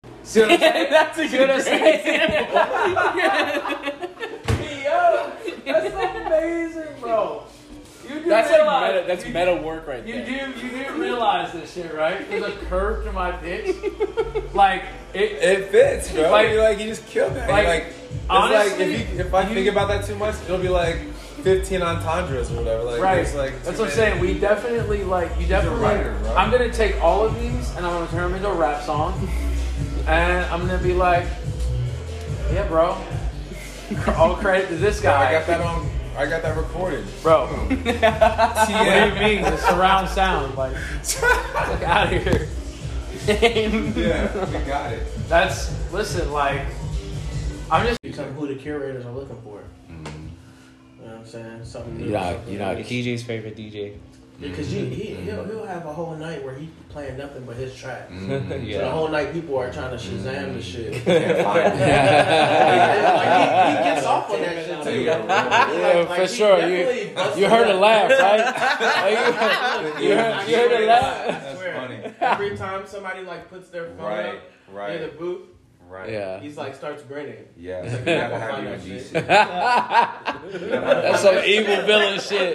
See what I'm saying? that's a good example. Yo, that's amazing, bro. You do That's like realize meta, that's you, meta work right You there. do you do realize this shit, right? There's a curve to my pitch, like it. It fits, bro. Like- Like, like you just killed that. like, Like, like it's honestly, like if, you, if I you- think about that too much, it'll be like 15 entendres or whatever. Like, Right. there's, like That's too what many. I'm saying. We definitely like you a definitely. writer, bro. I'm gonna take all of these and I'm gonna turn them into a rap song, and I'm gonna be like, yeah, bro. All credit to this I guy, got that on. I got that recorded. bro. What do TM. you mean the surround sound? Like, look out of here. yeah, we got it. That's listen, like, I'm just become who the curators are looking for. You know what I'm saying? Something new. Mm-hmm. You're not, something you're not Mm-hmm. new. DJ's favorite DJ. Because you, he, he'll, he'll have a whole night where he playing nothing but his tracks. So the Mm-hmm. yeah. Mm-hmm. whole night people are trying to Shazam the shit. like, Can't find it. he, he gets off on that shit too. Yeah, for sure. You, you heard a laugh, right? Like, you, you heard, you heard a laugh. That's funny. Every time somebody like puts their phone Right, up near right, the booth, right. Yeah. he's like starts grinning. Yeah, we never have you on Shit. GC. That's some evil villain shit.